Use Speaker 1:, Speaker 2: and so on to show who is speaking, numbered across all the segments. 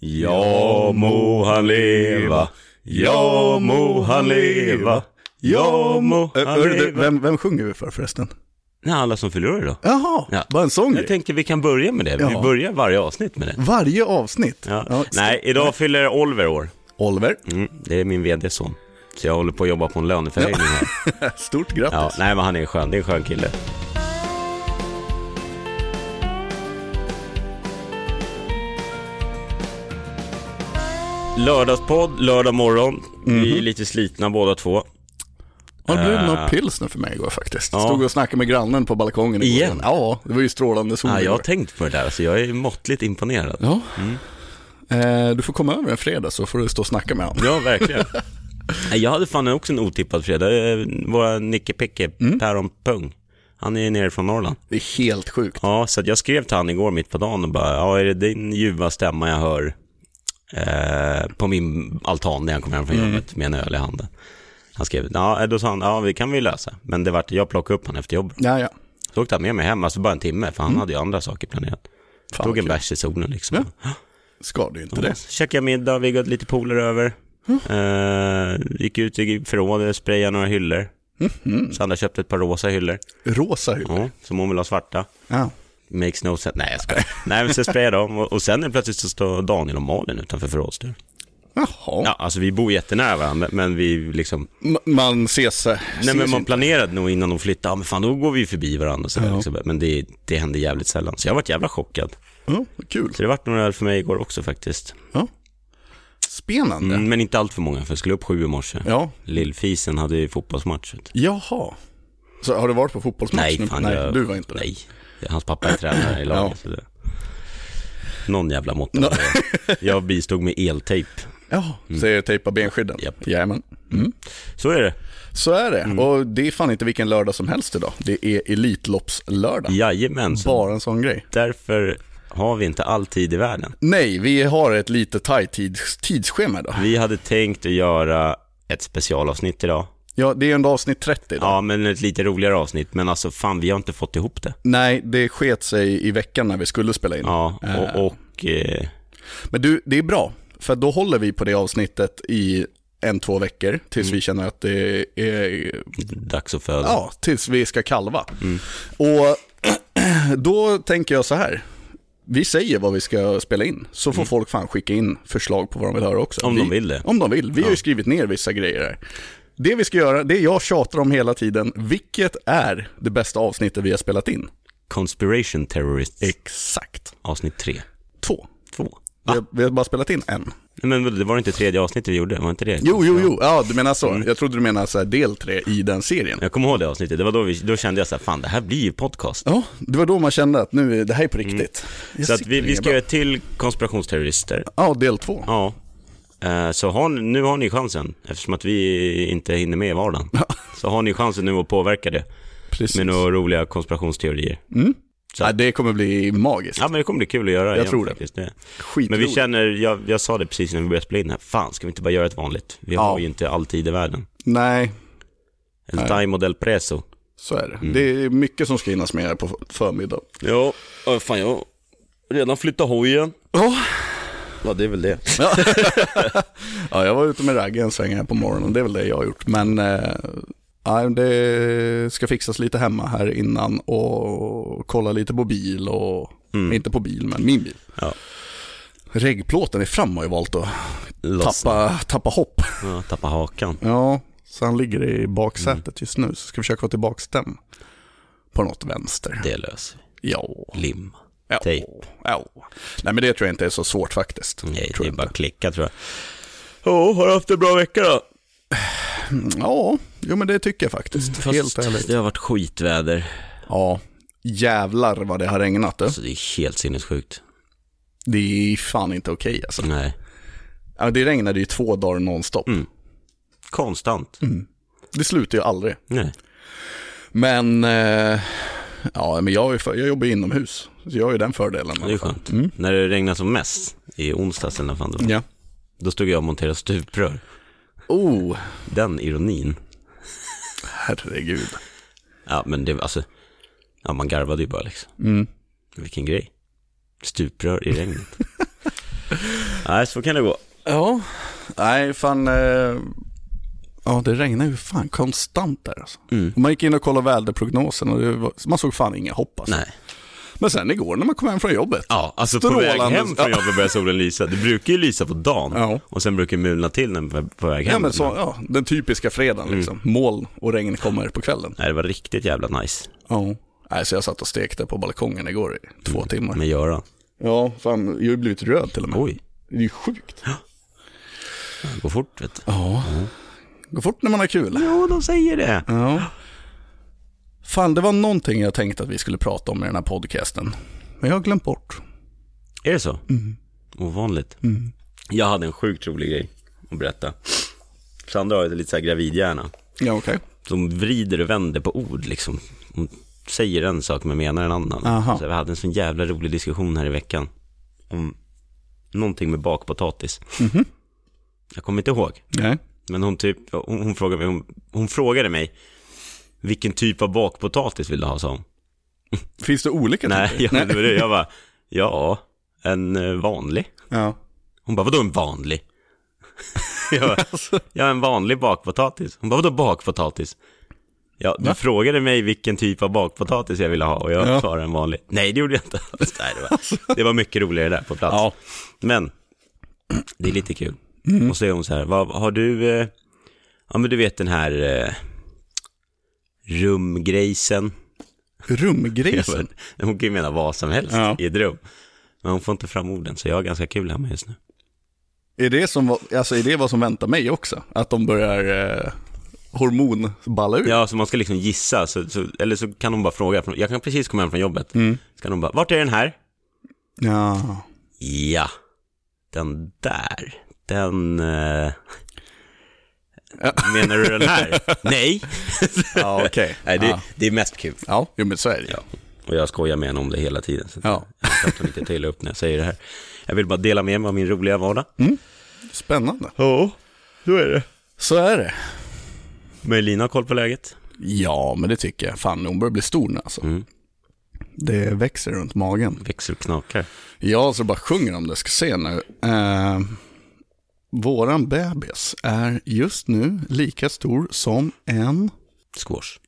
Speaker 1: Ja må han leva, ja må han leva, ja må
Speaker 2: Ö,
Speaker 1: han
Speaker 2: hörru du,
Speaker 1: leva.
Speaker 2: vem, vem sjunger vi för förresten?
Speaker 1: Nej, alla som fyller år idag.
Speaker 2: Jaha,
Speaker 1: Ja.
Speaker 2: bara en sång ju.
Speaker 1: Jag tänker vi kan börja med det. Vi
Speaker 2: Ja.
Speaker 1: börjar varje avsnitt med det.
Speaker 2: Varje avsnitt.
Speaker 1: Ja.
Speaker 2: Ja,
Speaker 1: Nej, idag fyller Oliver år.
Speaker 2: Oliver,
Speaker 1: Mm, det är min vd son. Så jag håller på att jobba på en löneförhöjning här.
Speaker 2: stort
Speaker 1: Mm. Ja,
Speaker 2: grattis.
Speaker 1: nej, men han är skön. Det är en skön kille. Lördagspodd, lördag morgon. Vi är lite slitna båda två.
Speaker 2: Ja, det blev några pils nu för mig igår faktiskt.
Speaker 1: Eh. Ja.
Speaker 2: Stod och snackade med grannen på balkongen igår.
Speaker 1: Igen?
Speaker 2: Ja, det var ju strålande sol
Speaker 1: Ja, jag Mm. har
Speaker 2: igår.
Speaker 1: tänkt på det där, så jag är måttligt imponerad.
Speaker 2: Ja. Eh, du får komma över en fredag så får du stå och snacka med honom.
Speaker 1: Ja, verkligen. Nej, Jag hade fan också en otippad fredag. Eh, Våra Nicke Picke, Päron Pung, han är ju nere från Norrland.
Speaker 2: Det är helt sjukt.
Speaker 1: Ja, så att jag skrev till han igår mitt på dagen och bara, ja, är det din ljuva stämma jag hör eh, på min altan när jag kom hem från
Speaker 2: Mm.
Speaker 1: jobbet med en öl i handen? Han skrev, ja, eh, då sa han, ja, vi kan vi lösa. Men det vart, jag plockade upp honom efter jobbet.
Speaker 2: Ja, ja.
Speaker 1: Så åkte han med mig hem, alltså bara en timme, för han hade ju andra saker planerat.
Speaker 2: Mm. Fan,
Speaker 1: Tog en
Speaker 2: okej.
Speaker 1: bärs i solen liksom.
Speaker 2: Ska du inte
Speaker 1: Ja,
Speaker 2: det? Mm.
Speaker 1: så Käkade jag middag, vi gick lite poler över. Eh, gick ut i förrådet, sprayade några hyllor.
Speaker 2: Mm-hmm.
Speaker 1: Sandra köpte ett par rosa hyllor,
Speaker 2: Rosa huvud.
Speaker 1: Mm. ja, som hon vill ha svarta.
Speaker 2: Ja.
Speaker 1: Makes no sense. Nej, jag skojar. Nej, men så sprayade jag dem och, och sen är det plötsligt så står Daniel och Malin utanför förrådsdörren.
Speaker 2: Jaha.
Speaker 1: Ja, alltså vi bor jättenära varandra, men vi liksom...
Speaker 2: M- Man ses... eh,
Speaker 1: Nej,
Speaker 2: ses
Speaker 1: men man
Speaker 2: inte.
Speaker 1: planerade nog innan de flyttade, ja men fan då går vi förbi varandra och så där, liksom. Men det, det hände jävligt sällan, så jag varit jävla chockad.
Speaker 2: Ja, kul.
Speaker 1: Så det vart några öl för mig igår också faktiskt.
Speaker 2: Ja. Spännande.
Speaker 1: Mm, men inte allt för många, för jag skulle upp sju i morse.
Speaker 2: Ja.
Speaker 1: Lillfisen hade ju fotbollsmatch. vet du.
Speaker 2: Jaha. Så har du varit på fotbollsmatch nu?
Speaker 1: Nej, fan
Speaker 2: Nej,
Speaker 1: jag,
Speaker 2: du var inte det.
Speaker 1: Nej, hans pappa är tränare i laget. så det, någon jävla måtta. var det. Jag bistod med eltejp.
Speaker 2: Ja, så är det tejpa benskydden.
Speaker 1: Mm. Japp. Mm.
Speaker 2: Jajamän.
Speaker 1: Så är det.
Speaker 2: Så är det. Och det är fan inte vilken lördag som helst idag. Det är Elitloppslördag.
Speaker 1: Jajamän, så
Speaker 2: Bara en sån grej.
Speaker 1: därför har vi inte all tid i världen.
Speaker 2: Nej, vi har ett lite tajt tids- tidsschema idag.
Speaker 1: Vi hade tänkt att göra ett specialavsnitt idag.
Speaker 2: Ja, det är ändå avsnitt 30 idag.
Speaker 1: Ja, men ett lite roligare avsnitt. Men alltså fan, vi har inte fått ihop det.
Speaker 2: Nej, det sket sig i veckan när vi skulle spela in.
Speaker 1: Ja, och, och eh,
Speaker 2: Men du, det är bra. För då håller vi på det avsnittet i en, två veckor tills
Speaker 1: Mm.
Speaker 2: vi känner att det är
Speaker 1: dags att föda.
Speaker 2: Ja, tills vi ska kalva. Och då tänker jag så här. Vi säger vad vi ska spela in, så får folk fan skicka in förslag på vad de vill höra också.
Speaker 1: Mm. Om
Speaker 2: vi,
Speaker 1: de vill det.
Speaker 2: Om de vill. Vi har ju skrivit ner vissa grejer här. Det vi ska göra, det jag tjatar om hela tiden, vilket är det bästa avsnittet vi har spelat in?
Speaker 1: Conspiration Terrorists,
Speaker 2: Exakt.
Speaker 1: avsnitt tre.
Speaker 2: Två.
Speaker 1: Eh. Två.
Speaker 2: Vi har, vi har bara spelat in en.
Speaker 1: Nej, Men det var inte tredje avsnittet vi gjorde, var inte det?
Speaker 2: Jo, jo, jo. Ja, du menar så.
Speaker 1: Mm.
Speaker 2: Jag trodde du menade så här, del tre i den serien.
Speaker 1: Jag kommer ihåg det avsnittet, det var då, vi, då kände jag så här, fan det här blir ju podcast.
Speaker 2: Ja, det var då man kände att nu, är det här är på riktigt. Jag
Speaker 1: Mm. Så att
Speaker 2: sitter
Speaker 1: vi, vi
Speaker 2: inget
Speaker 1: ska
Speaker 2: bra.
Speaker 1: göra ett till konspirationsterrorister.
Speaker 2: Ja, del två.
Speaker 1: Ja. Eh, Så har, ni- nu har ni chansen, eftersom att vi inte hinner med i vardagen. Så har ni chansen nu att påverka det
Speaker 2: Precis.
Speaker 1: med några roliga konspirationsteorier.
Speaker 2: Ja, det kommer bli magiskt.
Speaker 1: Ja men det kommer bli kul att göra.
Speaker 2: Jag tror det.
Speaker 1: faktiskt. det.
Speaker 2: Skitroligt.
Speaker 1: Men vi känner, jag, jag sa det precis när vi började spela in här, fan ska vi inte bara göra ett vanligt? Vi har
Speaker 2: Ja.
Speaker 1: ju inte all tid i världen.
Speaker 2: Nej,
Speaker 1: El time del preso.
Speaker 2: så är det.
Speaker 1: Mm.
Speaker 2: Det är mycket som ska hinnas med här på förmiddagen.
Speaker 1: Ja, äh, fan jag har redan flyttat hojen.
Speaker 2: Ja.
Speaker 1: Ja det är väl det.
Speaker 2: ja, jag var ute med raggen en sväng här på morgonen. Det är väl det jag har gjort. Men eh, nej, det ska fixas lite hemma här innan och kolla lite på bil och,
Speaker 1: Mm.
Speaker 2: inte på bil, men min bil.
Speaker 1: Ja.
Speaker 2: Reggplåten är fram har ju valt att
Speaker 1: Lossna.
Speaker 2: tappa, tappa hopp.
Speaker 1: Ja, tappa hakan.
Speaker 2: Ja, så han ligger i baksätet just nu. Så ska vi försöka få tillbaka den på något vänster.
Speaker 1: Det löser
Speaker 2: Ja.
Speaker 1: vi. Lim.
Speaker 2: Ja.
Speaker 1: Tejp.
Speaker 2: ja. Nej men det tror jag inte är så svårt faktiskt.
Speaker 1: Typ. Nej,
Speaker 2: tror
Speaker 1: det är
Speaker 2: jag
Speaker 1: bara att klicka tror jag. Ja, har du haft en bra vecka då?
Speaker 2: inte. Ja, jo men det tycker jag faktiskt.
Speaker 1: Mm,
Speaker 2: Helt ärligt.
Speaker 1: det har varit skitväder.
Speaker 2: Ja, jävlar vad det har regnat du.
Speaker 1: Alltså det är helt sinnessjukt.
Speaker 2: Det är fan inte okej alltså.
Speaker 1: Nej.
Speaker 2: Ja, det regnade ju två dagar
Speaker 1: Mm.
Speaker 2: nonstop.
Speaker 1: Konstant.
Speaker 2: Det slutar ju aldrig.
Speaker 1: Nej.
Speaker 2: Men, eh, ja men jag, är ju för, jag jobbar ju inomhus. Så jag har ju den fördelen. i
Speaker 1: Det är
Speaker 2: alla fall.
Speaker 1: skönt. När det regnade som mest, i onsdags eller när fan det var,
Speaker 2: Ja.
Speaker 1: då stod jag och monterade stuprör.
Speaker 2: Oh,
Speaker 1: Den ironin.
Speaker 2: herregud.
Speaker 1: Ja, men det, alltså, ja,
Speaker 2: Mm.
Speaker 1: man garvade ju bara liksom. Vilken grej. Stuprör i regnet. Nej, så kan det gå.
Speaker 2: Ja, nej fan. Eh, ja, det regnar ju fan konstant där alltså.
Speaker 1: Mm.
Speaker 2: Man gick in och kollade väderprognosen och det var, man såg fan inga hopp alltså.
Speaker 1: Nej.
Speaker 2: Men sen igår när man kom hem från jobbet.
Speaker 1: Ja, alltså på väg
Speaker 2: Strålande-
Speaker 1: hem från jobbet börjar solen lysa. Det brukar ju lysa på dagen
Speaker 2: Ja.
Speaker 1: och sen brukar det mulna till när man är på väg hem.
Speaker 2: Ja, men så, ja, den typiska fredagen liksom. Moln och regn kommer på kvällen.
Speaker 1: Nej, det var riktigt jävla nice
Speaker 2: Ja. Nej, så jag satt och stekte på balkongen igår i två timmar.
Speaker 1: med Göran.
Speaker 2: Ja, fan, jag har ju blivit röd till och med.
Speaker 1: Oj,
Speaker 2: Det är ju sjukt.
Speaker 1: det går fort vet du.
Speaker 2: Ja. Gå fort när man har kul.
Speaker 1: Jo, de säger det.
Speaker 2: Ja. Fan, det var någonting jag tänkte att vi skulle prata om i den här podcasten. Men jag har glömt bort.
Speaker 1: Är det så? Ovanligt. Jag hade en sjukt rolig grej att berätta. Sandra har ju lite så här gravidhjärna.
Speaker 2: Ja, okej.
Speaker 1: De vrider och vänder på ord liksom. Hon säger en sak men menar en annan.
Speaker 2: Aha.
Speaker 1: Så vi hade en sån jävla rolig diskussion här i veckan. Om någonting med bakpotatis. Jag kommer inte ihåg.
Speaker 2: Nej.
Speaker 1: Men hon, typ, hon, hon, frågade mig, hon, hon frågade mig, vilken typ av bakpotatis vill du ha, sa hon.
Speaker 2: Finns det olika
Speaker 1: Nej,
Speaker 2: typer?
Speaker 1: jag, det var det. jag bara, ja, en eh, vanlig.
Speaker 2: Ja.
Speaker 1: Hon bara, vadå en vanlig? Jag bara,
Speaker 2: Alltså.
Speaker 1: ja, en vanlig bakpotatis. Hon bara, vadå bakpotatis? Ja, du frågade mig vilken typ av bakpotatis jag ville ha och jag
Speaker 2: Ja.
Speaker 1: svarade en vanlig. Nej, det gjorde jag inte alls. Nej, det, var, det var mycket roligare där på plats.
Speaker 2: Ja. Mm.
Speaker 1: Men det är lite kul. Och så är hon så här, vad har du, eh, ja men du vet den här eh, rumgrejsen.
Speaker 2: Rumgrisen.
Speaker 1: Hon kan ju mena vad som helst
Speaker 2: Ja.
Speaker 1: i ett rum. Men hon får inte fram orden, så jag har ganska kul hemma just nu.
Speaker 2: Är det, som, va- alltså, är det vad som väntar mig också? Att de börjar eh, hormonballa ur?
Speaker 1: Ja, så man ska liksom gissa, så, så, eller så kan hon bara fråga. Jag kan precis komma hem från jobbet. Så kan hon bara, vart är den här?
Speaker 2: Ja.
Speaker 1: Ja, den där. Den... Eh...
Speaker 2: Ja.
Speaker 1: Menar du den här? Nej.
Speaker 2: Ja, okej.
Speaker 1: Nej, det,
Speaker 2: Ja.
Speaker 1: det är mest kul.
Speaker 2: Ja, jo, men så är det ju.
Speaker 1: Och jag skojar med henne om det hela tiden. Så
Speaker 2: Ja.
Speaker 1: jag vet att hon inte tar illa upp när jag säger det här. Jag vill bara dela med mig av min roliga vardag.
Speaker 2: Spännande.
Speaker 1: Ja, så är det.
Speaker 2: Så är det.
Speaker 1: Men Lina har koll på läget.
Speaker 2: Ja, men det tycker jag. Fan, hon börjar bli stor nu alltså.
Speaker 1: Mm.
Speaker 2: Det växer runt magen.
Speaker 1: Växer och knakar.
Speaker 2: Ja, så bara sjunger om det. Ska se nu. Eh, våran bebis är just nu lika stor som en...
Speaker 1: Squash.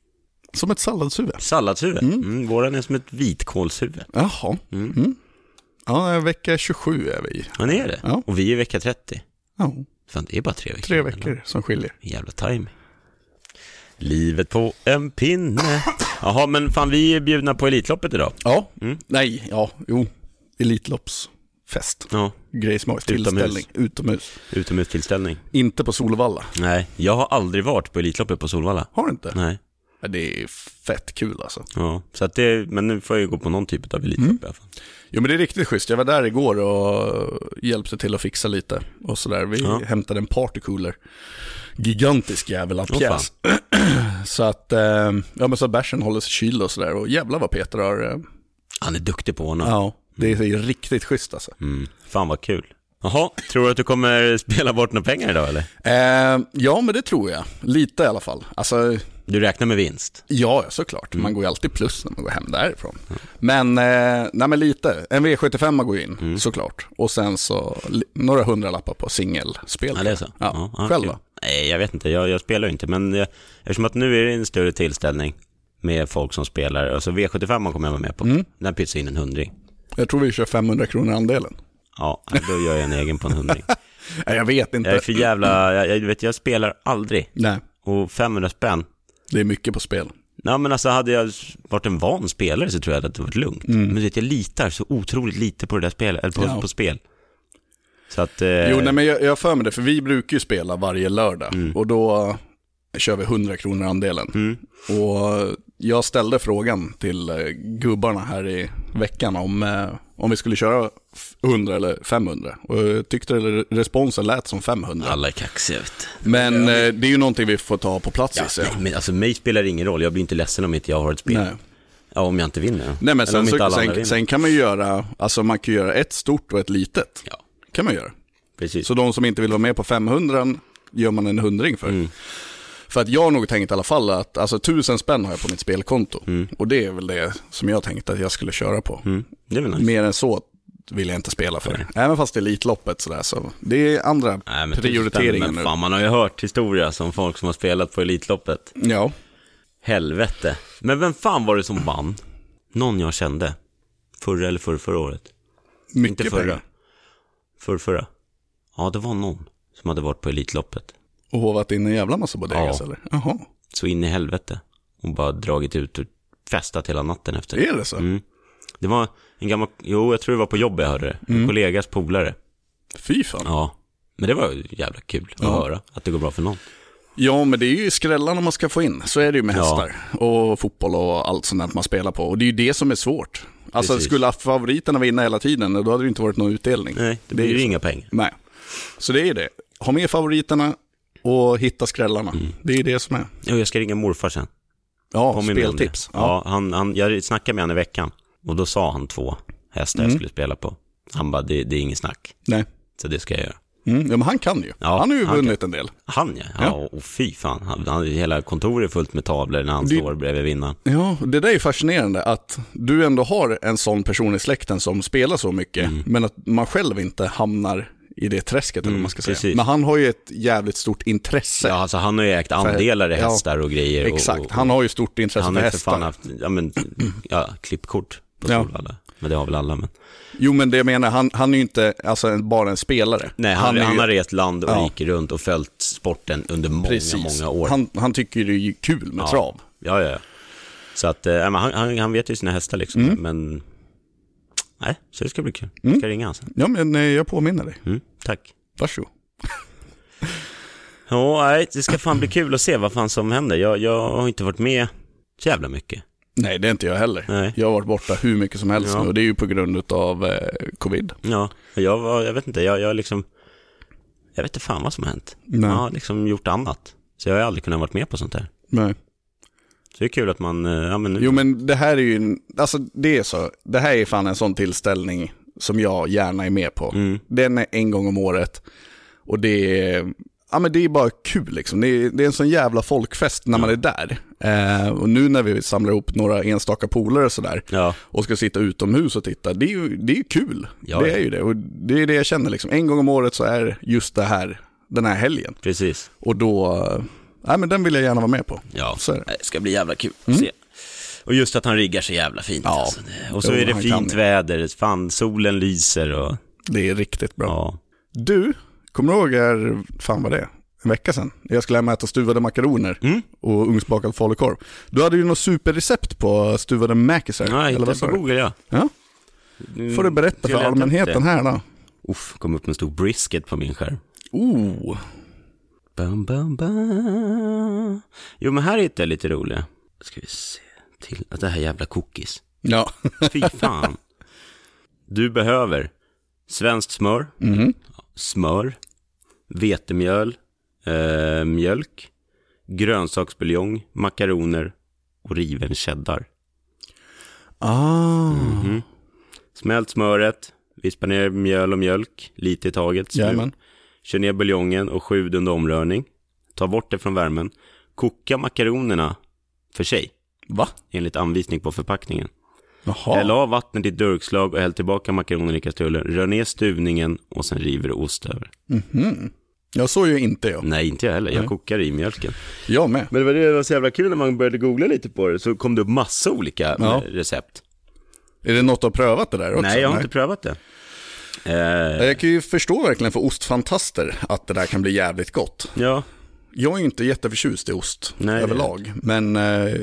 Speaker 2: Som ett salladshuvud.
Speaker 1: Salladshuvud. Mm. våran är som ett vitkålshuvud.
Speaker 2: Jaha. Mm. Ja, vecka 27 är vi i.
Speaker 1: Ja, ni är det.
Speaker 2: Ja.
Speaker 1: Och vi är vecka 30.
Speaker 2: Ja,
Speaker 1: Fan, det är bara tre veckor.
Speaker 2: tre veckor som skiljer.
Speaker 1: Jävla time. Livet på en pinne. Jaha, men fan vi är bjudna på Elitloppet idag.
Speaker 2: Ja, nej, ja, jo. Elitloppsfest.
Speaker 1: Ja,
Speaker 2: Grejsmars
Speaker 1: Utomhus.
Speaker 2: tillställning utomhus.
Speaker 1: utomhustillställning.
Speaker 2: Inte på Solvalla.
Speaker 1: Nej, jag har aldrig varit på Elitloppet på Solvalla.
Speaker 2: Har du inte?
Speaker 1: Nej.
Speaker 2: Ja, Det är fett kul alltså.
Speaker 1: Ja, så att det, men nu får jag ju gå på någon typ av Elitlopp i alla fall.
Speaker 2: Jo men det är riktigt schysst. Jag var där igår och hjälpte till att fixa lite och sådär. Vi
Speaker 1: Ja.
Speaker 2: hämtade en partycooler. Gigantisk jävel av
Speaker 1: Åh,
Speaker 2: pjäs. så att, eh, ja men så att bärsen håller sig kyld och sådär. Och jävlar vad Peter har, eh,
Speaker 1: Han är duktig på honom.
Speaker 2: ja, det är riktigt schysst alltså.
Speaker 1: Mm. Fan vad kul. Jaha, tror du att du kommer spela bort några pengar idag eller?
Speaker 2: Eh, ja men det tror jag. Lite i alla fall. Alltså,
Speaker 1: Du räknar med vinst?
Speaker 2: Ja, såklart.
Speaker 1: Mm.
Speaker 2: Man går ju alltid plus när man går hem därifrån. Men, eh, nej men lite. En V75 man går ju in,
Speaker 1: Mm.
Speaker 2: såklart. Och sen så li- några hundra lappar på singelspel.
Speaker 1: Ja, det är så.
Speaker 2: Ja.
Speaker 1: ja,
Speaker 2: Själv
Speaker 1: kul.
Speaker 2: då?
Speaker 1: Nej, jag vet inte. Jag, jag spelar ju inte. Men eh, eftersom att nu är det en större tillställning med folk som spelar. Alltså V75 kommer jag vara med på.
Speaker 2: Mm.
Speaker 1: Där pytsar jag in en hundring.
Speaker 2: Jag tror vi kör 500 kronor andelen.
Speaker 1: Ja, då gör jag en egen på en hundring.
Speaker 2: Nej, jag vet inte.
Speaker 1: Jag är för jävla... Jag, jag, du vet, jag spelar aldrig.
Speaker 2: Nej,
Speaker 1: Och 500 spänn.
Speaker 2: det är mycket på spel.
Speaker 1: Nej, men alltså hade jag varit en van spelare så tror jag att det varit lugnt. Men du vet, jag litar så otroligt lite på det där spelet, eller på,
Speaker 2: Mm. Ja.
Speaker 1: på spel. Så att... Eh,
Speaker 2: Jo, nej men jag jag har för mig det, för vi brukar ju spela varje lördag.
Speaker 1: Mm.
Speaker 2: Och då kör vi 100 kronor andelen. Och jag ställde frågan till eh, gubbarna här i veckan om, eh, om vi skulle köra f- 100 eller 500. Och jag tyckte re- responsen lät som 500.
Speaker 1: Alla är kaxiga, vet du.
Speaker 2: Men eh, det är ju någonting vi får ta på plats
Speaker 1: Ja,
Speaker 2: gissar jag.
Speaker 1: nej, men alltså mig spelar det ingen roll. Jag blir inte ledsen om inte jag har ett spel.
Speaker 2: Nej.
Speaker 1: Ja, om jag inte vinner.
Speaker 2: Nej men
Speaker 1: Eller om
Speaker 2: sen,
Speaker 1: inte
Speaker 2: så,
Speaker 1: alla andra vinner.
Speaker 2: sen, sen kan man ju göra, alltså man kan ju göra ett stort och ett litet.
Speaker 1: Ja,
Speaker 2: Kan man göra.
Speaker 1: precis.
Speaker 2: Så de som inte vill vara med på 500 gör man en hundring för.
Speaker 1: Mm.
Speaker 2: För att jag har nog tänkt i alla fall att, alltså tusen spänn har jag på mitt spelkonto. Och det är väl det som jag tänkt att jag skulle köra på.
Speaker 1: Mm, det är väl nice.
Speaker 2: Mer än så vill jag inte spela för. Även fast det är Elitloppet sådär, så det är andra
Speaker 1: Nej, men
Speaker 2: prioriteringar
Speaker 1: tusen, men
Speaker 2: nu.
Speaker 1: Fan, man har ju hört historia som folk som har spelat på Elitloppet.
Speaker 2: Ja,
Speaker 1: Helvete. Men vem fan var det som vann? Någon jag kände. Förra eller förra, förra året?
Speaker 2: mycket
Speaker 1: Inte förra.
Speaker 2: pengar.
Speaker 1: Förra, förra. Ja, det var någon som hade varit på Elitloppet.
Speaker 2: Och hovat in en jävla massa bodegas
Speaker 1: Ja.
Speaker 2: eller? Jaha,
Speaker 1: Så in i helvete. Och bara dragit ut och festat hela natten efter.
Speaker 2: är det så?
Speaker 1: Mm. Det var en gammal, jo jag tror det var på jobbet jag hörde det.
Speaker 2: Mm.
Speaker 1: En kollegas polare.
Speaker 2: Fy fan. Ja.
Speaker 1: Ja. Men det var ju jävla kul att höra att det går bra för någon.
Speaker 2: men det är ju skrällarna man ska få in. Så är det ju med
Speaker 1: Ja.
Speaker 2: hästar och fotboll och allt sånt där man spelar på. Och det är ju det som är svårt. Alltså
Speaker 1: Precis.
Speaker 2: skulle favoriterna vinna hela tiden, då hade det inte varit någon utdelning.
Speaker 1: Nej, det
Speaker 2: är
Speaker 1: blir
Speaker 2: ju
Speaker 1: ju
Speaker 2: så.
Speaker 1: inga pengar.
Speaker 2: Nej. Så det är det. Ha med favoriterna och hitta skrällarna.
Speaker 1: Mm.
Speaker 2: Det är det som är.
Speaker 1: Jo, jag ska ringa morfar sen.
Speaker 2: Ja,
Speaker 1: Påminn mig om det.
Speaker 2: speltips. Ja.
Speaker 1: Ja, han, han, jag snackade med honom i veckan och då sa han två hästar
Speaker 2: Mm.
Speaker 1: jag skulle spela på. Han bara, det, det är inget snack,
Speaker 2: Nej.
Speaker 1: så det ska jag göra.
Speaker 2: Mm. ja, men han kan ju.
Speaker 1: Ja,
Speaker 2: han har ju
Speaker 1: han
Speaker 2: vunnit en del.
Speaker 1: Han ja, ja.
Speaker 2: Ja.
Speaker 1: och fy fan. Han, han, hela kontoret är fullt med tavlor när han
Speaker 2: Det-
Speaker 1: står bredvid vinnaren.
Speaker 2: Ja, det där är fascinerande att du ändå har en sån person i släkten som spelar så mycket,
Speaker 1: Mm.
Speaker 2: men att man själv inte hamnar i det träsket, eller vad man ska säga.
Speaker 1: Mm, precis.
Speaker 2: Men han har ju ett jävligt stort intresse.
Speaker 1: Ja, alltså, han har ju ägt andelar i
Speaker 2: Ja,
Speaker 1: hästar och grejer. och-
Speaker 2: Exakt,
Speaker 1: och, och,
Speaker 2: han har ju stort intresse
Speaker 1: Han
Speaker 2: för
Speaker 1: har ju för
Speaker 2: hästar.
Speaker 1: fan haft ja, men, ja, klippkort på
Speaker 2: Ja.
Speaker 1: Solvalla. Men det har väl alla. Men...
Speaker 2: Jo, men det jag menar, han, han är ju inte alltså, en- bara en spelare.
Speaker 1: Nej, han, han,
Speaker 2: är ju-
Speaker 1: har rest land och
Speaker 2: Ja.
Speaker 1: rike runt och följt sporten under många,
Speaker 2: precis.
Speaker 1: många år.
Speaker 2: Han, han tycker det är kul med trav.
Speaker 1: Ja, ja, ja. Så att, eh, men han, han, han vet ju sina hästar liksom.
Speaker 2: Mm.
Speaker 1: Men, nej, så det ska bli kul. Jag ska ringa han sen.
Speaker 2: Ja, men eh, jag påminner dig.
Speaker 1: Mm, tack.
Speaker 2: Varsågod.
Speaker 1: Ja, nej, det ska fan bli kul att se vad fan som händer. Jag, jag har inte varit med så jävla mycket.
Speaker 2: Nej, det är inte jag heller.
Speaker 1: Nej.
Speaker 2: Jag har varit borta hur mycket som helst
Speaker 1: Ja.
Speaker 2: nu och det är ju på grund av eh, covid.
Speaker 1: Ja, jag, var, jag vet inte, jag, jag liksom... Jag vet inte fan vad som har hänt.
Speaker 2: Nej.
Speaker 1: Jag har liksom gjort annat. Så jag har aldrig kunnat varit med på sånt där.
Speaker 2: Nej.
Speaker 1: Så det är kul att man, eh, ja men nu,
Speaker 2: Jo men det här är ju, en- alltså det är så, det här är fan en sån tillställning som jag gärna är med på.
Speaker 1: Mm.
Speaker 2: Den är en gång om året och det är, ja men det är bara kul liksom. Det är, det är en sån jävla folkfest när man är där. Eh, och nu när vi samlar ihop några enstaka polare och sådär
Speaker 1: ja,
Speaker 2: och ska sitta utomhus och titta, det är ju, det är ju kul.
Speaker 1: Ja,
Speaker 2: det
Speaker 1: ja.
Speaker 2: är ju det och det är det jag känner liksom. En gång om året så är just det här, den här helgen.
Speaker 1: precis.
Speaker 2: Och då, eh, ja men den vill jag gärna vara med på.
Speaker 1: Ja,
Speaker 2: Så är det. Mm.
Speaker 1: Nej, det ska bli jävla kul att se. Och just att han riggar sig jävla fint.
Speaker 2: Ja.
Speaker 1: Alltså. Det- Och så
Speaker 2: Jo,
Speaker 1: är det
Speaker 2: han kan
Speaker 1: fint
Speaker 2: det.
Speaker 1: väder, fan solen lyser och
Speaker 2: Det är riktigt bra.
Speaker 1: ja.
Speaker 2: Du, kommer du ihåg, är, fan vad det är, en vecka sedan? Jag skulle hem och äta stuvade makaroner
Speaker 1: Mm.
Speaker 2: och ugnsbakad falukorv. Du hade ju något superrecept på stuvade mäkisar.
Speaker 1: Ja, Mm. jag
Speaker 2: eller
Speaker 1: hittade
Speaker 2: vad sa
Speaker 1: på
Speaker 2: du?
Speaker 1: Google ja.
Speaker 2: Ja,
Speaker 1: Nu
Speaker 2: får du berätta
Speaker 1: skulle
Speaker 2: för
Speaker 1: jag leta upp
Speaker 2: allmänheten
Speaker 1: det.
Speaker 2: här då.
Speaker 1: Uff, kom upp en stor brisket på min skärm.
Speaker 2: Oh,
Speaker 1: Bam, bam, bam. Jo men här hittade jag lite roliga. Ska vi se. Till, att det här jävla cookies.
Speaker 2: ja.
Speaker 1: Fy fan. Du behöver svenskt smör,
Speaker 2: Mhm.
Speaker 1: smör, vetemjöl, eh, mjölk, grönsaksbuljong, makaroner och riven cheddar.
Speaker 2: ah,
Speaker 1: Smält smöret, vispa ner mjöl och mjölk, lite i taget. smul.
Speaker 2: jajamän.
Speaker 1: Kör ner buljongen och sjud under omrörning. Ta bort det från värmen. Koka makaronerna för sig,
Speaker 2: Va?
Speaker 1: enligt anvisning på förpackningen.
Speaker 2: Jaha.
Speaker 1: Häll av vattnet i ett durkslag och häll tillbaka makaronen i kastrullen. Rör ner stuvningen och sen river du ost över.
Speaker 2: Jag såg ju inte jag.
Speaker 1: Nej, inte jag heller. Jag kokar i mjölken.
Speaker 2: Jag med.
Speaker 1: Men det var det som var så jävla kul när man började googla lite på det så kom det upp massa olika
Speaker 2: Ja.
Speaker 1: eh, recept.
Speaker 2: Är det något du har prövat det där också?
Speaker 1: Nej, jag har inte prövat det. Eh,
Speaker 2: Jag kan ju förstå verkligen för ostfantaster att det där kan bli jävligt gott.
Speaker 1: ja,
Speaker 2: Jag är ju inte jätteförtjust i ost
Speaker 1: Nej, det är
Speaker 2: överlag, men eh,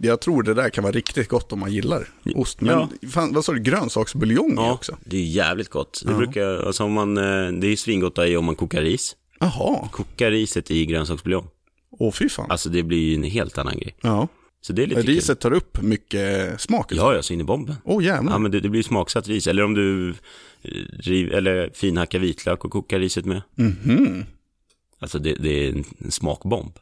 Speaker 2: jag tror det där kan vara riktigt gott om man gillar ost. Men fan, vad sa du, grönsaksbuljong i
Speaker 1: ja,
Speaker 2: också?
Speaker 1: det är jävligt gott. Det, brukar, alltså om man, eh, det är ju svingott att ha i om man kokar ris.
Speaker 2: Jaha,
Speaker 1: Koka riset i grönsaksbuljong.
Speaker 2: åh fy fan.
Speaker 1: Alltså det blir ju en helt annan grej.
Speaker 2: Ja.
Speaker 1: Så det är lite kul.
Speaker 2: Riset tar upp mycket smak. Åh
Speaker 1: Ja, ja, så in i bomben.
Speaker 2: jävlar.
Speaker 1: Ja, men det, det blir smaksatt ris. Eller om du eh, riv, eller finhackar vitlök och kokar riset med.
Speaker 2: Mhm.
Speaker 1: Alltså det, det är en, en smakbomb.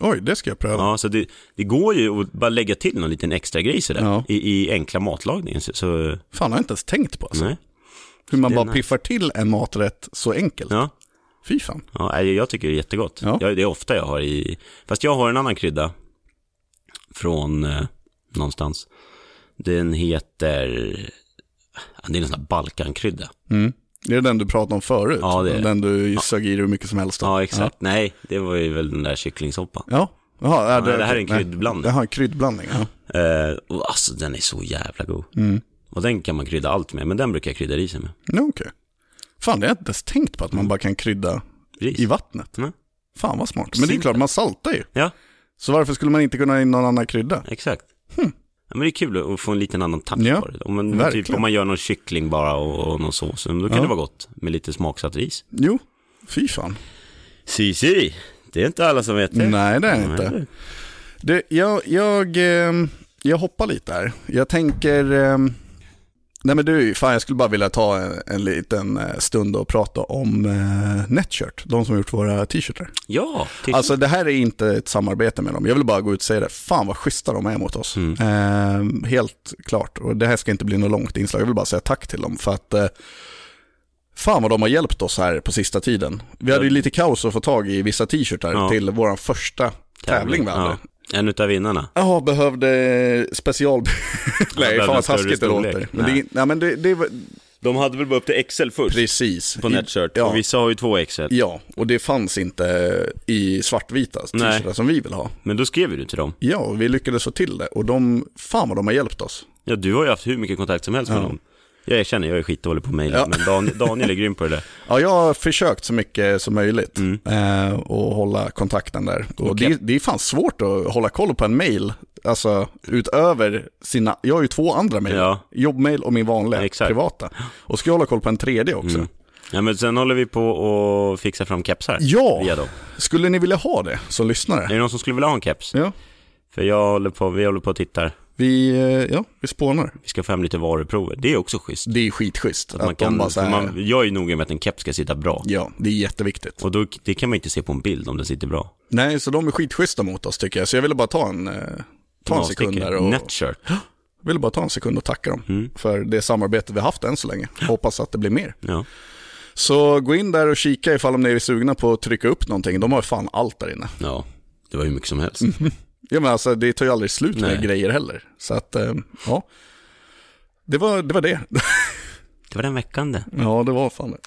Speaker 2: Oj, det ska jag pröva.
Speaker 1: Ja, så det, det går ju att bara lägga till någon liten extra grej sådär.
Speaker 2: Ja.
Speaker 1: I, I enkla matlagningen. Så, så
Speaker 2: Fan, jag har inte ens tänkt på alltså.
Speaker 1: nej.
Speaker 2: hur man
Speaker 1: det är
Speaker 2: bara
Speaker 1: nice.
Speaker 2: piffar till en maträtt så enkelt.
Speaker 1: Ja.
Speaker 2: Fy fan.
Speaker 1: Ja, nej, jag tycker det är jättegott.
Speaker 2: Ja.
Speaker 1: Jag, det är ofta jag har i... Fast jag har en annan krydda. Från eh, någonstans. Den heter... Det är en sån här balkankrydda.
Speaker 2: Mm. Det är den du pratade om förut.
Speaker 1: Ja, det är det.
Speaker 2: Den du sög i dig hur mycket som helst. då.
Speaker 1: Ja, exakt. Nej, det var ju väl den där kycklingsoppan.
Speaker 2: Ja. Jaha,
Speaker 1: Nej, det här är en
Speaker 2: nej.
Speaker 1: kryddblandning.
Speaker 2: Jaha, en kryddblandning. Ja.
Speaker 1: Eh, och alltså, den är så jävla god.
Speaker 2: Mm.
Speaker 1: Och den kan man krydda allt med, men den brukar jag krydda risen med.
Speaker 2: Ja, okej. Fan, det har jag inte ens tänkt på att
Speaker 1: Mm.
Speaker 2: man bara kan krydda
Speaker 1: Ris.
Speaker 2: i vattnet.
Speaker 1: Mm.
Speaker 2: Fan vad smart. Men det är
Speaker 1: Simpelt.
Speaker 2: klart, man saltar ju.
Speaker 1: Ja,
Speaker 2: Så varför skulle man inte kunna ha in någon annan krydda?
Speaker 1: exakt. Ja, men det är kul att få en liten annan takt
Speaker 2: Hmm. Ja,
Speaker 1: på det. Om man,
Speaker 2: verkligen.
Speaker 1: typ, om man gör någon kyckling bara och, och någon sås, då kan det vara gott med lite smaksatt ris.
Speaker 2: Jo, fy fan.
Speaker 1: Si, si. Det är inte alla som vet det.
Speaker 2: Nej, det är det inte.
Speaker 1: Nej.
Speaker 2: Det, jag, jag, ehm, jag hoppar lite här. Jag tänker... ehm, Nej men du, fan jag skulle bara vilja ta en, en liten eh, stund och prata om eh, Netshirt, de som har gjort våra t-shirtar.
Speaker 1: Ja, titta.
Speaker 2: Alltså det här är inte ett samarbete med dem, jag vill bara gå ut och säga det. Fan vad schyssta de är mot oss.
Speaker 1: Mm.
Speaker 2: Ehm, helt klart, och det här ska inte bli något långt inslag, jag vill bara säga tack till dem för att eh, Fan vad de har hjälpt oss här på sista tiden. Vi hade ju lite kaos att få tag i vissa t-shirtar
Speaker 1: Ja.
Speaker 2: till vår första tävling vi hade.
Speaker 1: ja. En utav vinnarna.
Speaker 2: Jaha, behövde special... Nej,
Speaker 1: behövde
Speaker 2: fan vad
Speaker 1: större
Speaker 2: taskigt det
Speaker 1: storlek.
Speaker 2: låter. Men
Speaker 1: Nej.
Speaker 2: det, nej, men det, det var
Speaker 1: De hade väl bara upp till XL först
Speaker 2: precis.
Speaker 1: på
Speaker 2: I-
Speaker 1: Netshirt.
Speaker 2: Ja,
Speaker 1: Och vissa har ju två XL.
Speaker 2: ja, och det fanns inte i svartvita
Speaker 1: Nej.
Speaker 2: t-shirtar som vi vill ha.
Speaker 1: Men då skrev ju du till dem.
Speaker 2: Ja, och vi lyckades få till det och de, fan vad de har hjälpt oss.
Speaker 1: Ja, du har ju haft hur mycket kontakt som helst med dem. Jag erkänner, jag är skitdålig på mejl,
Speaker 2: Ja.
Speaker 1: men Dan, Daniel är grym på det där.
Speaker 2: Ja, jag har försökt så mycket som möjligt eh, och hålla kontakten där. Och
Speaker 1: Mm. Okej.
Speaker 2: det, det är fan svårt att hålla koll på en mail, alltså utöver sina, jag har ju två andra mail,
Speaker 1: Ja.
Speaker 2: jobbmail och min vanliga
Speaker 1: Exakt. Mm.
Speaker 2: privata. Och ska jag hålla koll på en tredje också.
Speaker 1: Ja, men sen håller vi på och fixar fram kepsar
Speaker 2: Ja,
Speaker 1: via dem.
Speaker 2: skulle ni vilja ha det som
Speaker 1: Är
Speaker 2: lyssnare?
Speaker 1: det någon som skulle vilja ha en keps?
Speaker 2: Ja,
Speaker 1: För jag håller på, vi håller på och tittar.
Speaker 2: vi, eh, ja, vi spånar.
Speaker 1: Vi ska få hem lite varuprover. Det är också schysst.
Speaker 2: Det är skitschysst. Att
Speaker 1: Man kan,
Speaker 2: de bara så
Speaker 1: för
Speaker 2: här,
Speaker 1: man, jag är ju noga med att en keps ska sitta bra.
Speaker 2: Ja, det är jätteviktigt.
Speaker 1: Och då, det kan man inte se på en bild om den sitter bra.
Speaker 2: Nej, så de är skitschyssta mot oss tycker jag. Så jag ville bara ta en, eh, ta en sekund
Speaker 1: Avstickare.
Speaker 2: där och,
Speaker 1: Netshirt.
Speaker 2: ville bara ta en sekund och tacka dem för det samarbete vi haft än så länge. Hoppas att det blir mer.
Speaker 1: Ja.
Speaker 2: Så gå in där och kika ifall om ni är sugna på att trycka upp någonting. De har fan allt där inne.
Speaker 1: ja, det var hur mycket som helst.
Speaker 2: Ja, men alltså, det tar ju aldrig slut med
Speaker 1: Nej.
Speaker 2: grejer heller. Så att, eh, ja. Det var det. Var det.
Speaker 1: Det var den veckan det.
Speaker 2: ja, det var fan det.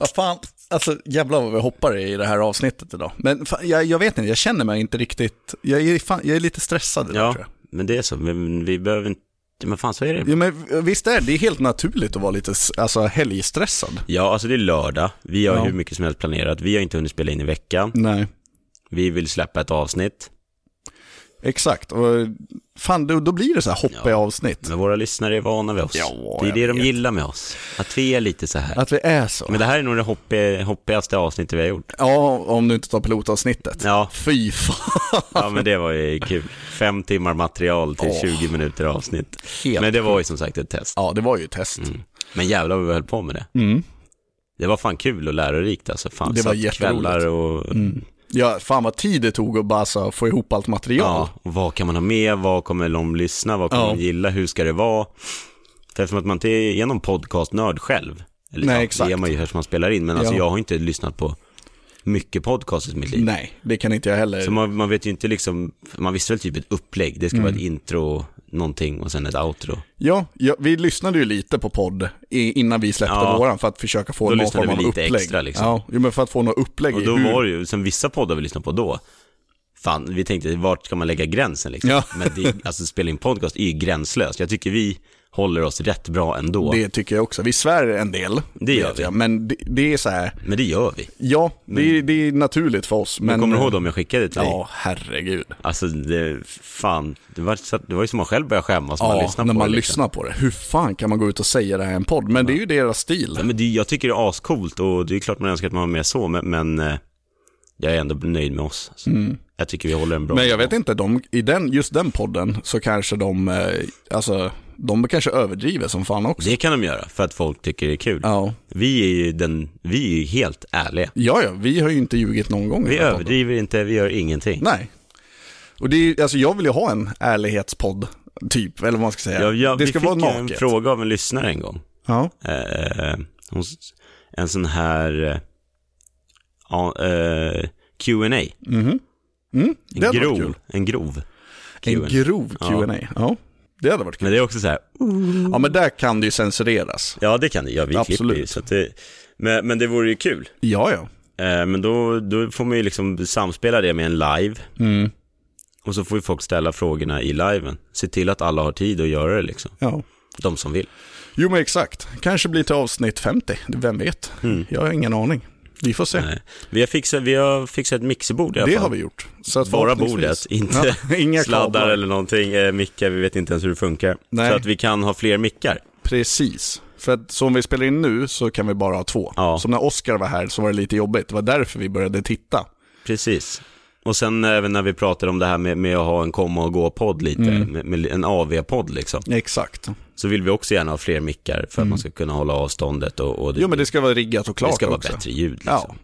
Speaker 2: Vad fan, alltså jävlar vad vi hoppar i det här avsnittet idag. Men fan, jag, jag vet inte, jag känner mig inte riktigt, jag är, fan, jag är lite stressad idag
Speaker 1: Ja,
Speaker 2: tror jag.
Speaker 1: men det är så. Men vi behöver inte... Men fan, så är det.
Speaker 2: Ja, men visst är det, det är helt naturligt att vara lite s- alltså, helgstressad.
Speaker 1: Ja, alltså det är lördag. Vi har
Speaker 2: Ja.
Speaker 1: hur mycket som helst planerat. Vi har inte hunnit spela in i veckan.
Speaker 2: Nej.
Speaker 1: Vi vill släppa ett avsnitt.
Speaker 2: Exakt, och fan då, då blir det så här hoppiga
Speaker 1: Ja.
Speaker 2: avsnitt.
Speaker 1: Men våra lyssnare är vana vid oss.
Speaker 2: Ja,
Speaker 1: det är
Speaker 2: jag
Speaker 1: det de
Speaker 2: vet.
Speaker 1: gillar med oss. Att vi är lite så här.
Speaker 2: Att vi är så.
Speaker 1: Men det här är nog det hoppi- hoppigaste avsnittet vi har gjort.
Speaker 2: Ja, om du inte tar pilotavsnittet.
Speaker 1: Ja,
Speaker 2: Fy fan.
Speaker 1: ja men det var ju kul. Fem timmar material till
Speaker 2: Åh.
Speaker 1: 20 minuter avsnitt.
Speaker 2: Helt
Speaker 1: Men Mm. det var ju som sagt ett test.
Speaker 2: Ja, det var ju ett test.
Speaker 1: Men jävlar vad vi höll på med det. Det var fan kul och lärorikt alltså. Fan,
Speaker 2: Mm. Det var
Speaker 1: satt
Speaker 2: jätteroligt. Mm.
Speaker 1: kvällar och...
Speaker 2: Ja, fan vad tid det tog att bara så, få ihop allt material.
Speaker 1: Ja, och vad kan man ha med? Vad kommer de lyssna? Vad kommer
Speaker 2: Ja.
Speaker 1: de gilla? Hur ska det vara? För eftersom att man inte är någon podcastnörd själv. Eller,
Speaker 2: Nej,
Speaker 1: ja,
Speaker 2: exakt.
Speaker 1: Det är man ju eftersom man spelar in, men alltså
Speaker 2: Ja.
Speaker 1: jag har inte lyssnat på mycket podcast i mitt liv.
Speaker 2: Nej, det kan inte jag heller.
Speaker 1: Så man, man vet ju inte liksom, man visste väl typ ett upplägg. Det ska vara ett
Speaker 2: Mm.
Speaker 1: intro, någonting och sen ett outro.
Speaker 2: Ja, ja, vi lyssnade ju lite på podd i- innan vi släppte
Speaker 1: Ja.
Speaker 2: våran för att försöka få
Speaker 1: Då
Speaker 2: någon
Speaker 1: lyssnade
Speaker 2: form av
Speaker 1: vi lite
Speaker 2: upplägg.
Speaker 1: extra, liksom.
Speaker 2: Ja, jo, men för att få något upplägg
Speaker 1: Och
Speaker 2: i
Speaker 1: då
Speaker 2: hur...
Speaker 1: var det ju, som vissa poddar vi lyssnade på då, fan, vi tänkte vart ska man lägga gränsen liksom?
Speaker 2: Ja.
Speaker 1: Men det, alltså spela in podcast är ju gränslöst. Jag tycker vi håller oss rätt bra ändå.
Speaker 2: Det tycker jag också. Vi svär en del,
Speaker 1: Det gör
Speaker 2: vet
Speaker 1: vi.
Speaker 2: jag, men det, det är så här,
Speaker 1: Men det gör vi.
Speaker 2: ja, det, är, det är naturligt för oss. Men,
Speaker 1: Men, kommer du ihåg dem jag skickade till dig?
Speaker 2: Ja, herregud.
Speaker 1: Alltså, det, fan, det var, så- det var ju som man själv började skämmas när man lyssnade
Speaker 2: Ja, när
Speaker 1: på
Speaker 2: man
Speaker 1: det. liksom.
Speaker 2: lyssnar på det. Hur fan kan man gå ut och säga det här i en podd? Men det är ju deras stil.
Speaker 1: Ja, men det, jag tycker det är ascoolt och det är klart man önskar att man var med så, men, men eh, jag är ändå nöjd med oss. Så Jag tycker vi håller en bra
Speaker 2: Mm. Men jag vet inte, de, i den, just den podden så kanske de, eh, alltså, de kanske överdriver som fan också.
Speaker 1: Det kan de göra för att folk tycker det är kul.
Speaker 2: Ja.
Speaker 1: Vi är ju den, vi är ju helt ärliga.
Speaker 2: Ja, ja, vi har ju inte ljugit någon gång. i
Speaker 1: Vi
Speaker 2: den här
Speaker 1: överdriver inte, vi gör ingenting.
Speaker 2: podden. Nej. Och det är, ju- alltså jag vill ju ha en ärlighetspodd, typ, eller vad man ska säga.
Speaker 1: Jag, jag,
Speaker 2: det ska
Speaker 1: vi fick
Speaker 2: vara
Speaker 1: ju en
Speaker 2: naket.
Speaker 1: fråga av en lyssnare en gång.
Speaker 2: ja.
Speaker 1: Eh, hon s- en sån här eh, ja, eh, Q&A
Speaker 2: Det hade varit
Speaker 1: grov,
Speaker 2: kul.
Speaker 1: en grov
Speaker 2: En
Speaker 1: Q&A.
Speaker 2: grov
Speaker 1: Ja.
Speaker 2: Q&A. Ja. det hade varit kul.
Speaker 1: Men det är också så här,
Speaker 2: Ja, men där kan det ju censureras.
Speaker 1: ja det kan det, ja vi klipper ju.
Speaker 2: Absolut.
Speaker 1: Så att det, men, men det vore ju kul.
Speaker 2: Ja, ja.
Speaker 1: Eh, men då, då får man ju liksom samspela det med en live.
Speaker 2: Mm.
Speaker 1: Och så får ju folk ställa frågorna i liven. Se till att alla har tid att göra det liksom.
Speaker 2: ja.
Speaker 1: De som vill.
Speaker 2: Jo, men exakt. Kanske blir till avsnitt 50. Vem vet?
Speaker 1: Mm.
Speaker 2: Jag har ingen aning. Vi får se.
Speaker 1: Nej. Vi, har fixat, vi har fixat ett mixerbord i alla
Speaker 2: Det
Speaker 1: fall.
Speaker 2: har vi gjort. Så att
Speaker 1: Bara
Speaker 2: förhoppningsvis-
Speaker 1: bordet, inte
Speaker 2: Ja, inga
Speaker 1: sladdar
Speaker 2: kablar.
Speaker 1: eller någonting. Eh, mickar, vi vet inte ens hur det funkar.
Speaker 2: Nej.
Speaker 1: Så att vi kan ha fler mickar.
Speaker 2: Precis. För att som vi spelar in nu så kan vi bara ha två.
Speaker 1: Ja.
Speaker 2: Som när Oscar var här så var det lite jobbigt. Det var därför vi började titta.
Speaker 1: Precis. Och sen även när vi pratade om det här med, med att ha en komma och gå-podd lite,
Speaker 2: Mm.
Speaker 1: med, med en AV-podd liksom,
Speaker 2: Exakt.
Speaker 1: så vill vi också gärna ha fler mickar för att man ska kunna hålla avståndet och, och det,
Speaker 2: Mm. Jo, men det ska vara riggat och klart
Speaker 1: det ska vara
Speaker 2: också.
Speaker 1: bättre ljud. Liksom.
Speaker 2: Ja.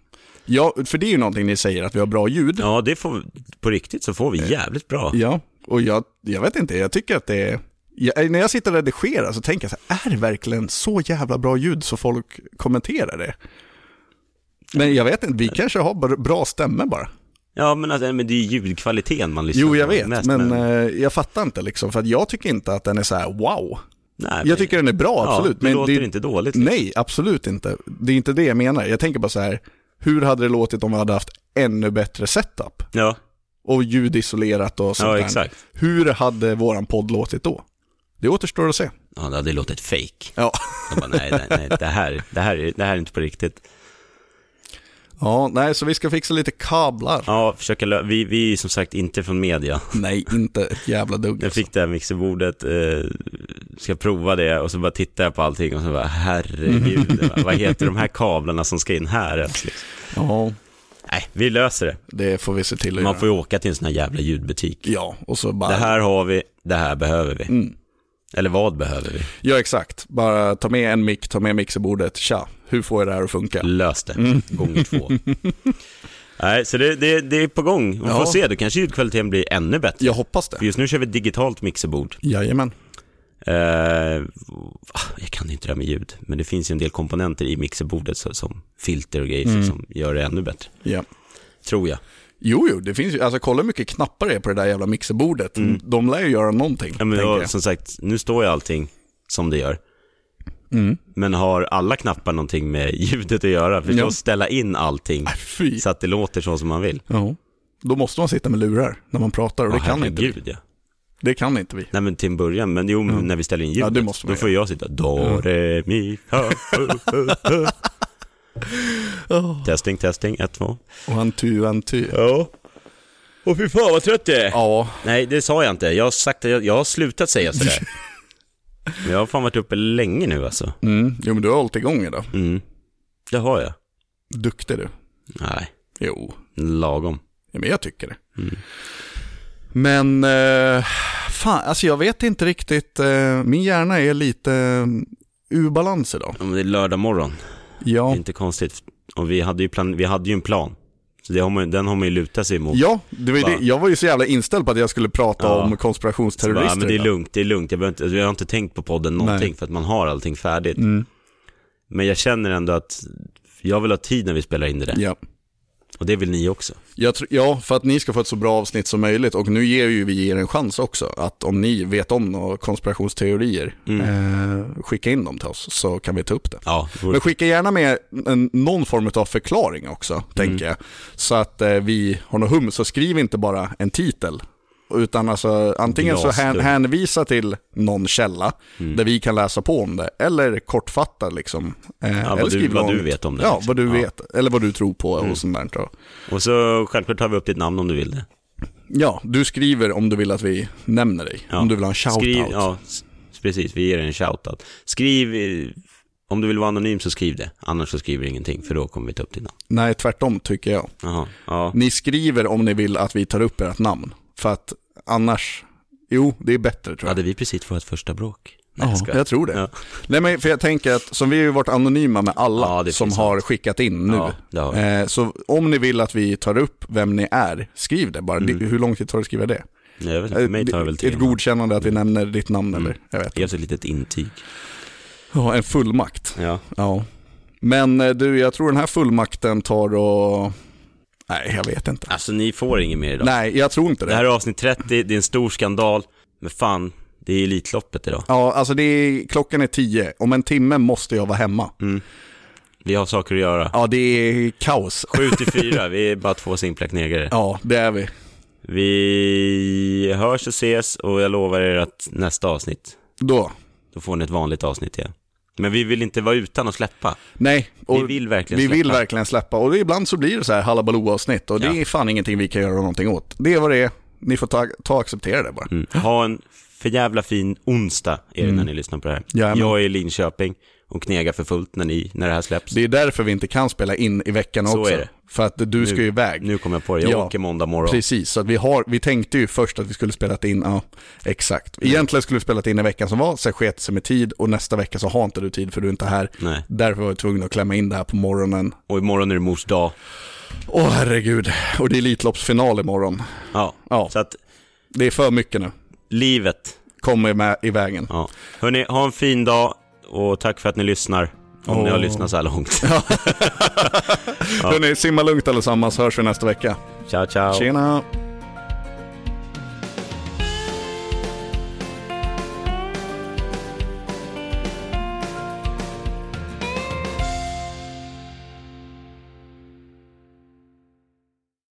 Speaker 2: ja, för det är ju någonting ni säger, att vi har bra ljud.
Speaker 1: Ja, det får, på riktigt så får vi jävligt bra.
Speaker 2: Ja, och jag, jag vet inte, jag tycker att det är... Jag, eh, när jag sitter och redigerar så tänker jag så här, är det verkligen så jävla bra ljud så folk kommenterar det? Men jag vet inte, vi kanske har bara bra stämmer bara.
Speaker 1: Ja, men, alltså, men det är ju ljudkvaliteten man lyssnar
Speaker 2: Jo, jag
Speaker 1: på
Speaker 2: vet,
Speaker 1: mest,
Speaker 2: men eh, jag fattar inte liksom, för att jag tycker inte att den är så här wow.
Speaker 1: nej, men-
Speaker 2: Jag tycker den är bra,
Speaker 1: ja,
Speaker 2: absolut.
Speaker 1: Det
Speaker 2: men
Speaker 1: låter
Speaker 2: det, Mm.
Speaker 1: inte dåligt.
Speaker 2: Nej, absolut inte. Det är inte det jag menar. Jag tänker bara så här, hur hade det låtit om vi hade haft ännu bättre setup?
Speaker 1: Ja,
Speaker 2: Och ljudisolerat och sånt
Speaker 1: ja
Speaker 2: där.
Speaker 1: exakt.
Speaker 2: Hur hade våran podd låtit då? Det återstår att se.
Speaker 1: Ja, det hade låtit fake.
Speaker 2: Ja,
Speaker 1: Jag bara, nej, nej, nej det, här, det, här är, det här är inte på riktigt.
Speaker 2: ja nej, så vi ska fixa lite kablar.
Speaker 1: Ja, försöka lö- vi, vi är ju som sagt inte från media.
Speaker 2: Nej, inte ett jävla dugg.
Speaker 1: Jag
Speaker 2: Alltså.
Speaker 1: fick det här mixerbordet, eh, ska prova det och så bara tittar jag på allting och så bara herregud, va, vad heter de här kablarna som ska in här ens? Liksom.
Speaker 2: Ja,
Speaker 1: Nej, vi löser det.
Speaker 2: det får vi se till att
Speaker 1: Man
Speaker 2: göra.
Speaker 1: får ju åka till en sån här jävla ljudbutik.
Speaker 2: Ja, och så bara...
Speaker 1: Det här har vi, det här behöver vi.
Speaker 2: Mm.
Speaker 1: Eller vad behöver vi?
Speaker 2: Ja, exakt. Bara ta med en mick, ta med mixerbordet. Tja, hur får jag det här att funka?
Speaker 1: Lös det,
Speaker 2: Mm.
Speaker 1: gånger två. Nej, så det, det, det är på gång. Vi får
Speaker 2: Ja.
Speaker 1: se, då kanske ljudkvaliteten blir ännu bättre.
Speaker 2: Jag hoppas det.
Speaker 1: För Just nu kör vi ett digitalt mixerbord.
Speaker 2: Jajamän.
Speaker 1: Eh, ah, jag kan inte det här med ljud, men det finns ju en del komponenter i mixerbordet så, som filter och grejer
Speaker 2: Mm.
Speaker 1: som- som gör det ännu bättre.
Speaker 2: Ja.
Speaker 1: Tror jag.
Speaker 2: Jo, jo, det finns ju, alltså kolla hur mycket knappar det är på det där jävla mixerbordet. De lär ju göra någonting,
Speaker 1: Mm. Ja, men
Speaker 2: tänker
Speaker 1: jag,
Speaker 2: jag.
Speaker 1: som sagt, nu står ju allting som det gör.
Speaker 2: Mm.
Speaker 1: Men har alla knappar någonting med ljudet att göra? För
Speaker 2: Ja.
Speaker 1: att ställa in allting
Speaker 2: Äh, Fy.
Speaker 1: så att det låter så som man vill.
Speaker 2: Ja. Då måste man sitta med lurar när man pratar och det
Speaker 1: Ja,
Speaker 2: kan inte vi.
Speaker 1: herregud, ja.
Speaker 2: Det kan inte vi.
Speaker 1: Nej men till en början, men jo men när vi ställer in ljudet,
Speaker 2: Ja, det måste man
Speaker 1: då får jag sitta do, re, mi, fa, fu, fu, fu. Testing, testing, ett, två.
Speaker 2: Och han tu, han tu.
Speaker 1: Ja. Och fy fan vad trött jag är.
Speaker 2: Ja,
Speaker 1: Nej, det sa jag inte. Jag har, sagt, jag, jag har slutat säga sådär. Men jag har fan varit uppe länge nu alltså.
Speaker 2: mm. jo men du har hållit igång idag.
Speaker 1: Mm. Det har jag.
Speaker 2: Duktig du.
Speaker 1: Nej,
Speaker 2: Jo,
Speaker 1: lagom.
Speaker 2: ja, men jag tycker det.
Speaker 1: Mm.
Speaker 2: Men, eh, fan, alltså jag vet inte riktigt. Eh, min hjärna är lite eh, ur balans idag.
Speaker 1: Ja, men det är lördag morgon, det är
Speaker 2: Ja,
Speaker 1: inte konstigt. Och vi hade ju, plan, vi hade ju en plan. Så det har man, den har man ju lutat sig emot.
Speaker 2: ja det var ju
Speaker 1: Va?
Speaker 2: det. jag var ju så jävla inställd på att jag skulle prata
Speaker 1: Ja.
Speaker 2: om
Speaker 1: Så bara,
Speaker 2: konspirationsterrorister.
Speaker 1: ja, men det är
Speaker 2: idag.
Speaker 1: lugnt, det är lugnt. Jag, behöver inte, alltså, jag har inte tänkt på podden någonting för att man har allting färdigt.
Speaker 2: Mm.
Speaker 1: Men jag känner ändå att jag vill ha tid när vi spelar in det där.
Speaker 2: Ja.
Speaker 1: Och det vill ni också.
Speaker 2: Jag tr- ja, för att ni ska få ett så bra avsnitt som möjligt och nu ger ju vi er en chans också att om ni vet om några konspirationsteorier,
Speaker 1: Mm.
Speaker 2: eh, skicka in dem till oss så kan vi ta upp det.
Speaker 1: Ja, det vore-
Speaker 2: Men skicka gärna med en, någon form av förklaring också,
Speaker 1: Mm.
Speaker 2: tänker jag. Så att eh, vi har något hum, så skriv inte bara en titel. Utan alltså, antingen så hän,
Speaker 1: Glasdörr. Mm.
Speaker 2: hänvisa till någon källa där vi kan läsa på om det, eller kortfattat liksom. Eh,
Speaker 1: vad du- vad du vet om det,
Speaker 2: Ja,
Speaker 1: liksom.
Speaker 2: vad du
Speaker 1: Ja. Mm.
Speaker 2: vet, eller vad du tror på och sånt där. tror jag.
Speaker 1: Och så självklart tar vi upp ditt namn om du vill det.
Speaker 2: Ja, du skriver om du vill att vi nämner dig.
Speaker 1: Ja.
Speaker 2: Om du vill ha en shout-out.
Speaker 1: Skriv, ja, s- precis. Vi ger dig en shoutout. Skriv, eh, om du vill vara anonym så skriv det. Annars så skriver ingenting, för då kommer vi ta upp ditt namn.
Speaker 2: Nej, tvärtom tycker jag.
Speaker 1: Jaha, ja.
Speaker 2: Ni skriver om ni vill att vi tar upp ert namn. För att annars, jo, det är bättre tror jag.
Speaker 1: Hade vi precis vårt första bråk? Nej,
Speaker 2: Ja,
Speaker 1: jag skojar.
Speaker 2: jag tror det.
Speaker 1: Ja.
Speaker 2: Nej, men för jag tänker att som vi har ju varit anonyma med alla
Speaker 1: Ja, det
Speaker 2: som
Speaker 1: finns
Speaker 2: har skickat in nu.
Speaker 1: Ja, det har vi.
Speaker 2: eh, så om ni vill att vi tar upp vem ni är, skriv det bara. Di- Hur lång tid tar det att skriva det? Eh,
Speaker 1: Nej, jag vet inte, Mm. för mig tar det väl Mm. tre
Speaker 2: Ett godkännande att vi nämner ditt namn eller? Jag vet.
Speaker 1: Ge oss ett litet intyg.
Speaker 2: Ja, en fullmakt.
Speaker 1: Ja.
Speaker 2: Ja. Men eh, du, jag tror den här fullmakten tar och... Nej, jag vet inte.
Speaker 1: Alltså ni får inget mer idag.
Speaker 2: Nej, jag tror inte det.
Speaker 1: Det här är avsnitt 30, det är en stor skandal. Men fan, det är Elitloppet idag.
Speaker 2: Ja, alltså det är, klockan är tio. Om en timme måste jag vara hemma.
Speaker 1: Mm. Vi har saker att göra.
Speaker 2: Ja, det är kaos.
Speaker 1: 7 till 4, vi är bara två simpla knegare.
Speaker 2: Ja, det är vi.
Speaker 1: Vi hörs och ses och jag lovar er att nästa avsnitt,
Speaker 2: Då.
Speaker 1: då får ni ett vanligt avsnitt igen. Men vi vill inte vara utan att släppa.
Speaker 2: Nej,
Speaker 1: Vi
Speaker 2: och
Speaker 1: vill verkligen
Speaker 2: vi vill
Speaker 1: släppa.
Speaker 2: verkligen släppa. Och ibland så blir det så här halabaloo-avsnitt och det
Speaker 1: Ja.
Speaker 2: är fan ingenting vi kan göra någonting åt. Det är vad det är. Ni får ta, ta och acceptera det bara.
Speaker 1: Mm. Ha en för jävla fin onsdag är det när ni lyssnar på det här.
Speaker 2: Mm. Jajamän.
Speaker 1: Jag är i Linköping och knegar för fullt när, ni, när det här släpps.
Speaker 2: Det är därför vi inte kan spela in i veckan
Speaker 1: Så
Speaker 2: också.
Speaker 1: är det.
Speaker 2: För att du ska ju iväg.
Speaker 1: Nu kommer jag på det, jag
Speaker 2: Ja.
Speaker 1: åker måndag morgon.
Speaker 2: Precis, så att vi, har, vi tänkte ju först att vi skulle spela in, ja exakt.
Speaker 1: Mm.
Speaker 2: Egentligen skulle vi spela in i veckan som var, sen sket det sig med tid och nästa vecka så har inte du tid för du är inte här.
Speaker 1: Nej.
Speaker 2: Därför var vi tvungna att klämma in det här på morgonen.
Speaker 1: Och imorgon är det mors dag.
Speaker 2: Åh herregud, och det är Elitloppsfinal imorgon.
Speaker 1: Ja.
Speaker 2: Ja.
Speaker 1: Så att
Speaker 2: Det är för mycket nu,
Speaker 1: livet,
Speaker 2: kommer med i vägen.
Speaker 1: ja. Hörni, ha en fin dag och tack för att ni lyssnar. Om ni har
Speaker 2: Åh.
Speaker 1: lyssnat så här långt.
Speaker 2: Hörrni, simma lugnt allesammans, hörs vi nästa vecka.
Speaker 1: ciao, ciao.
Speaker 2: Tjena!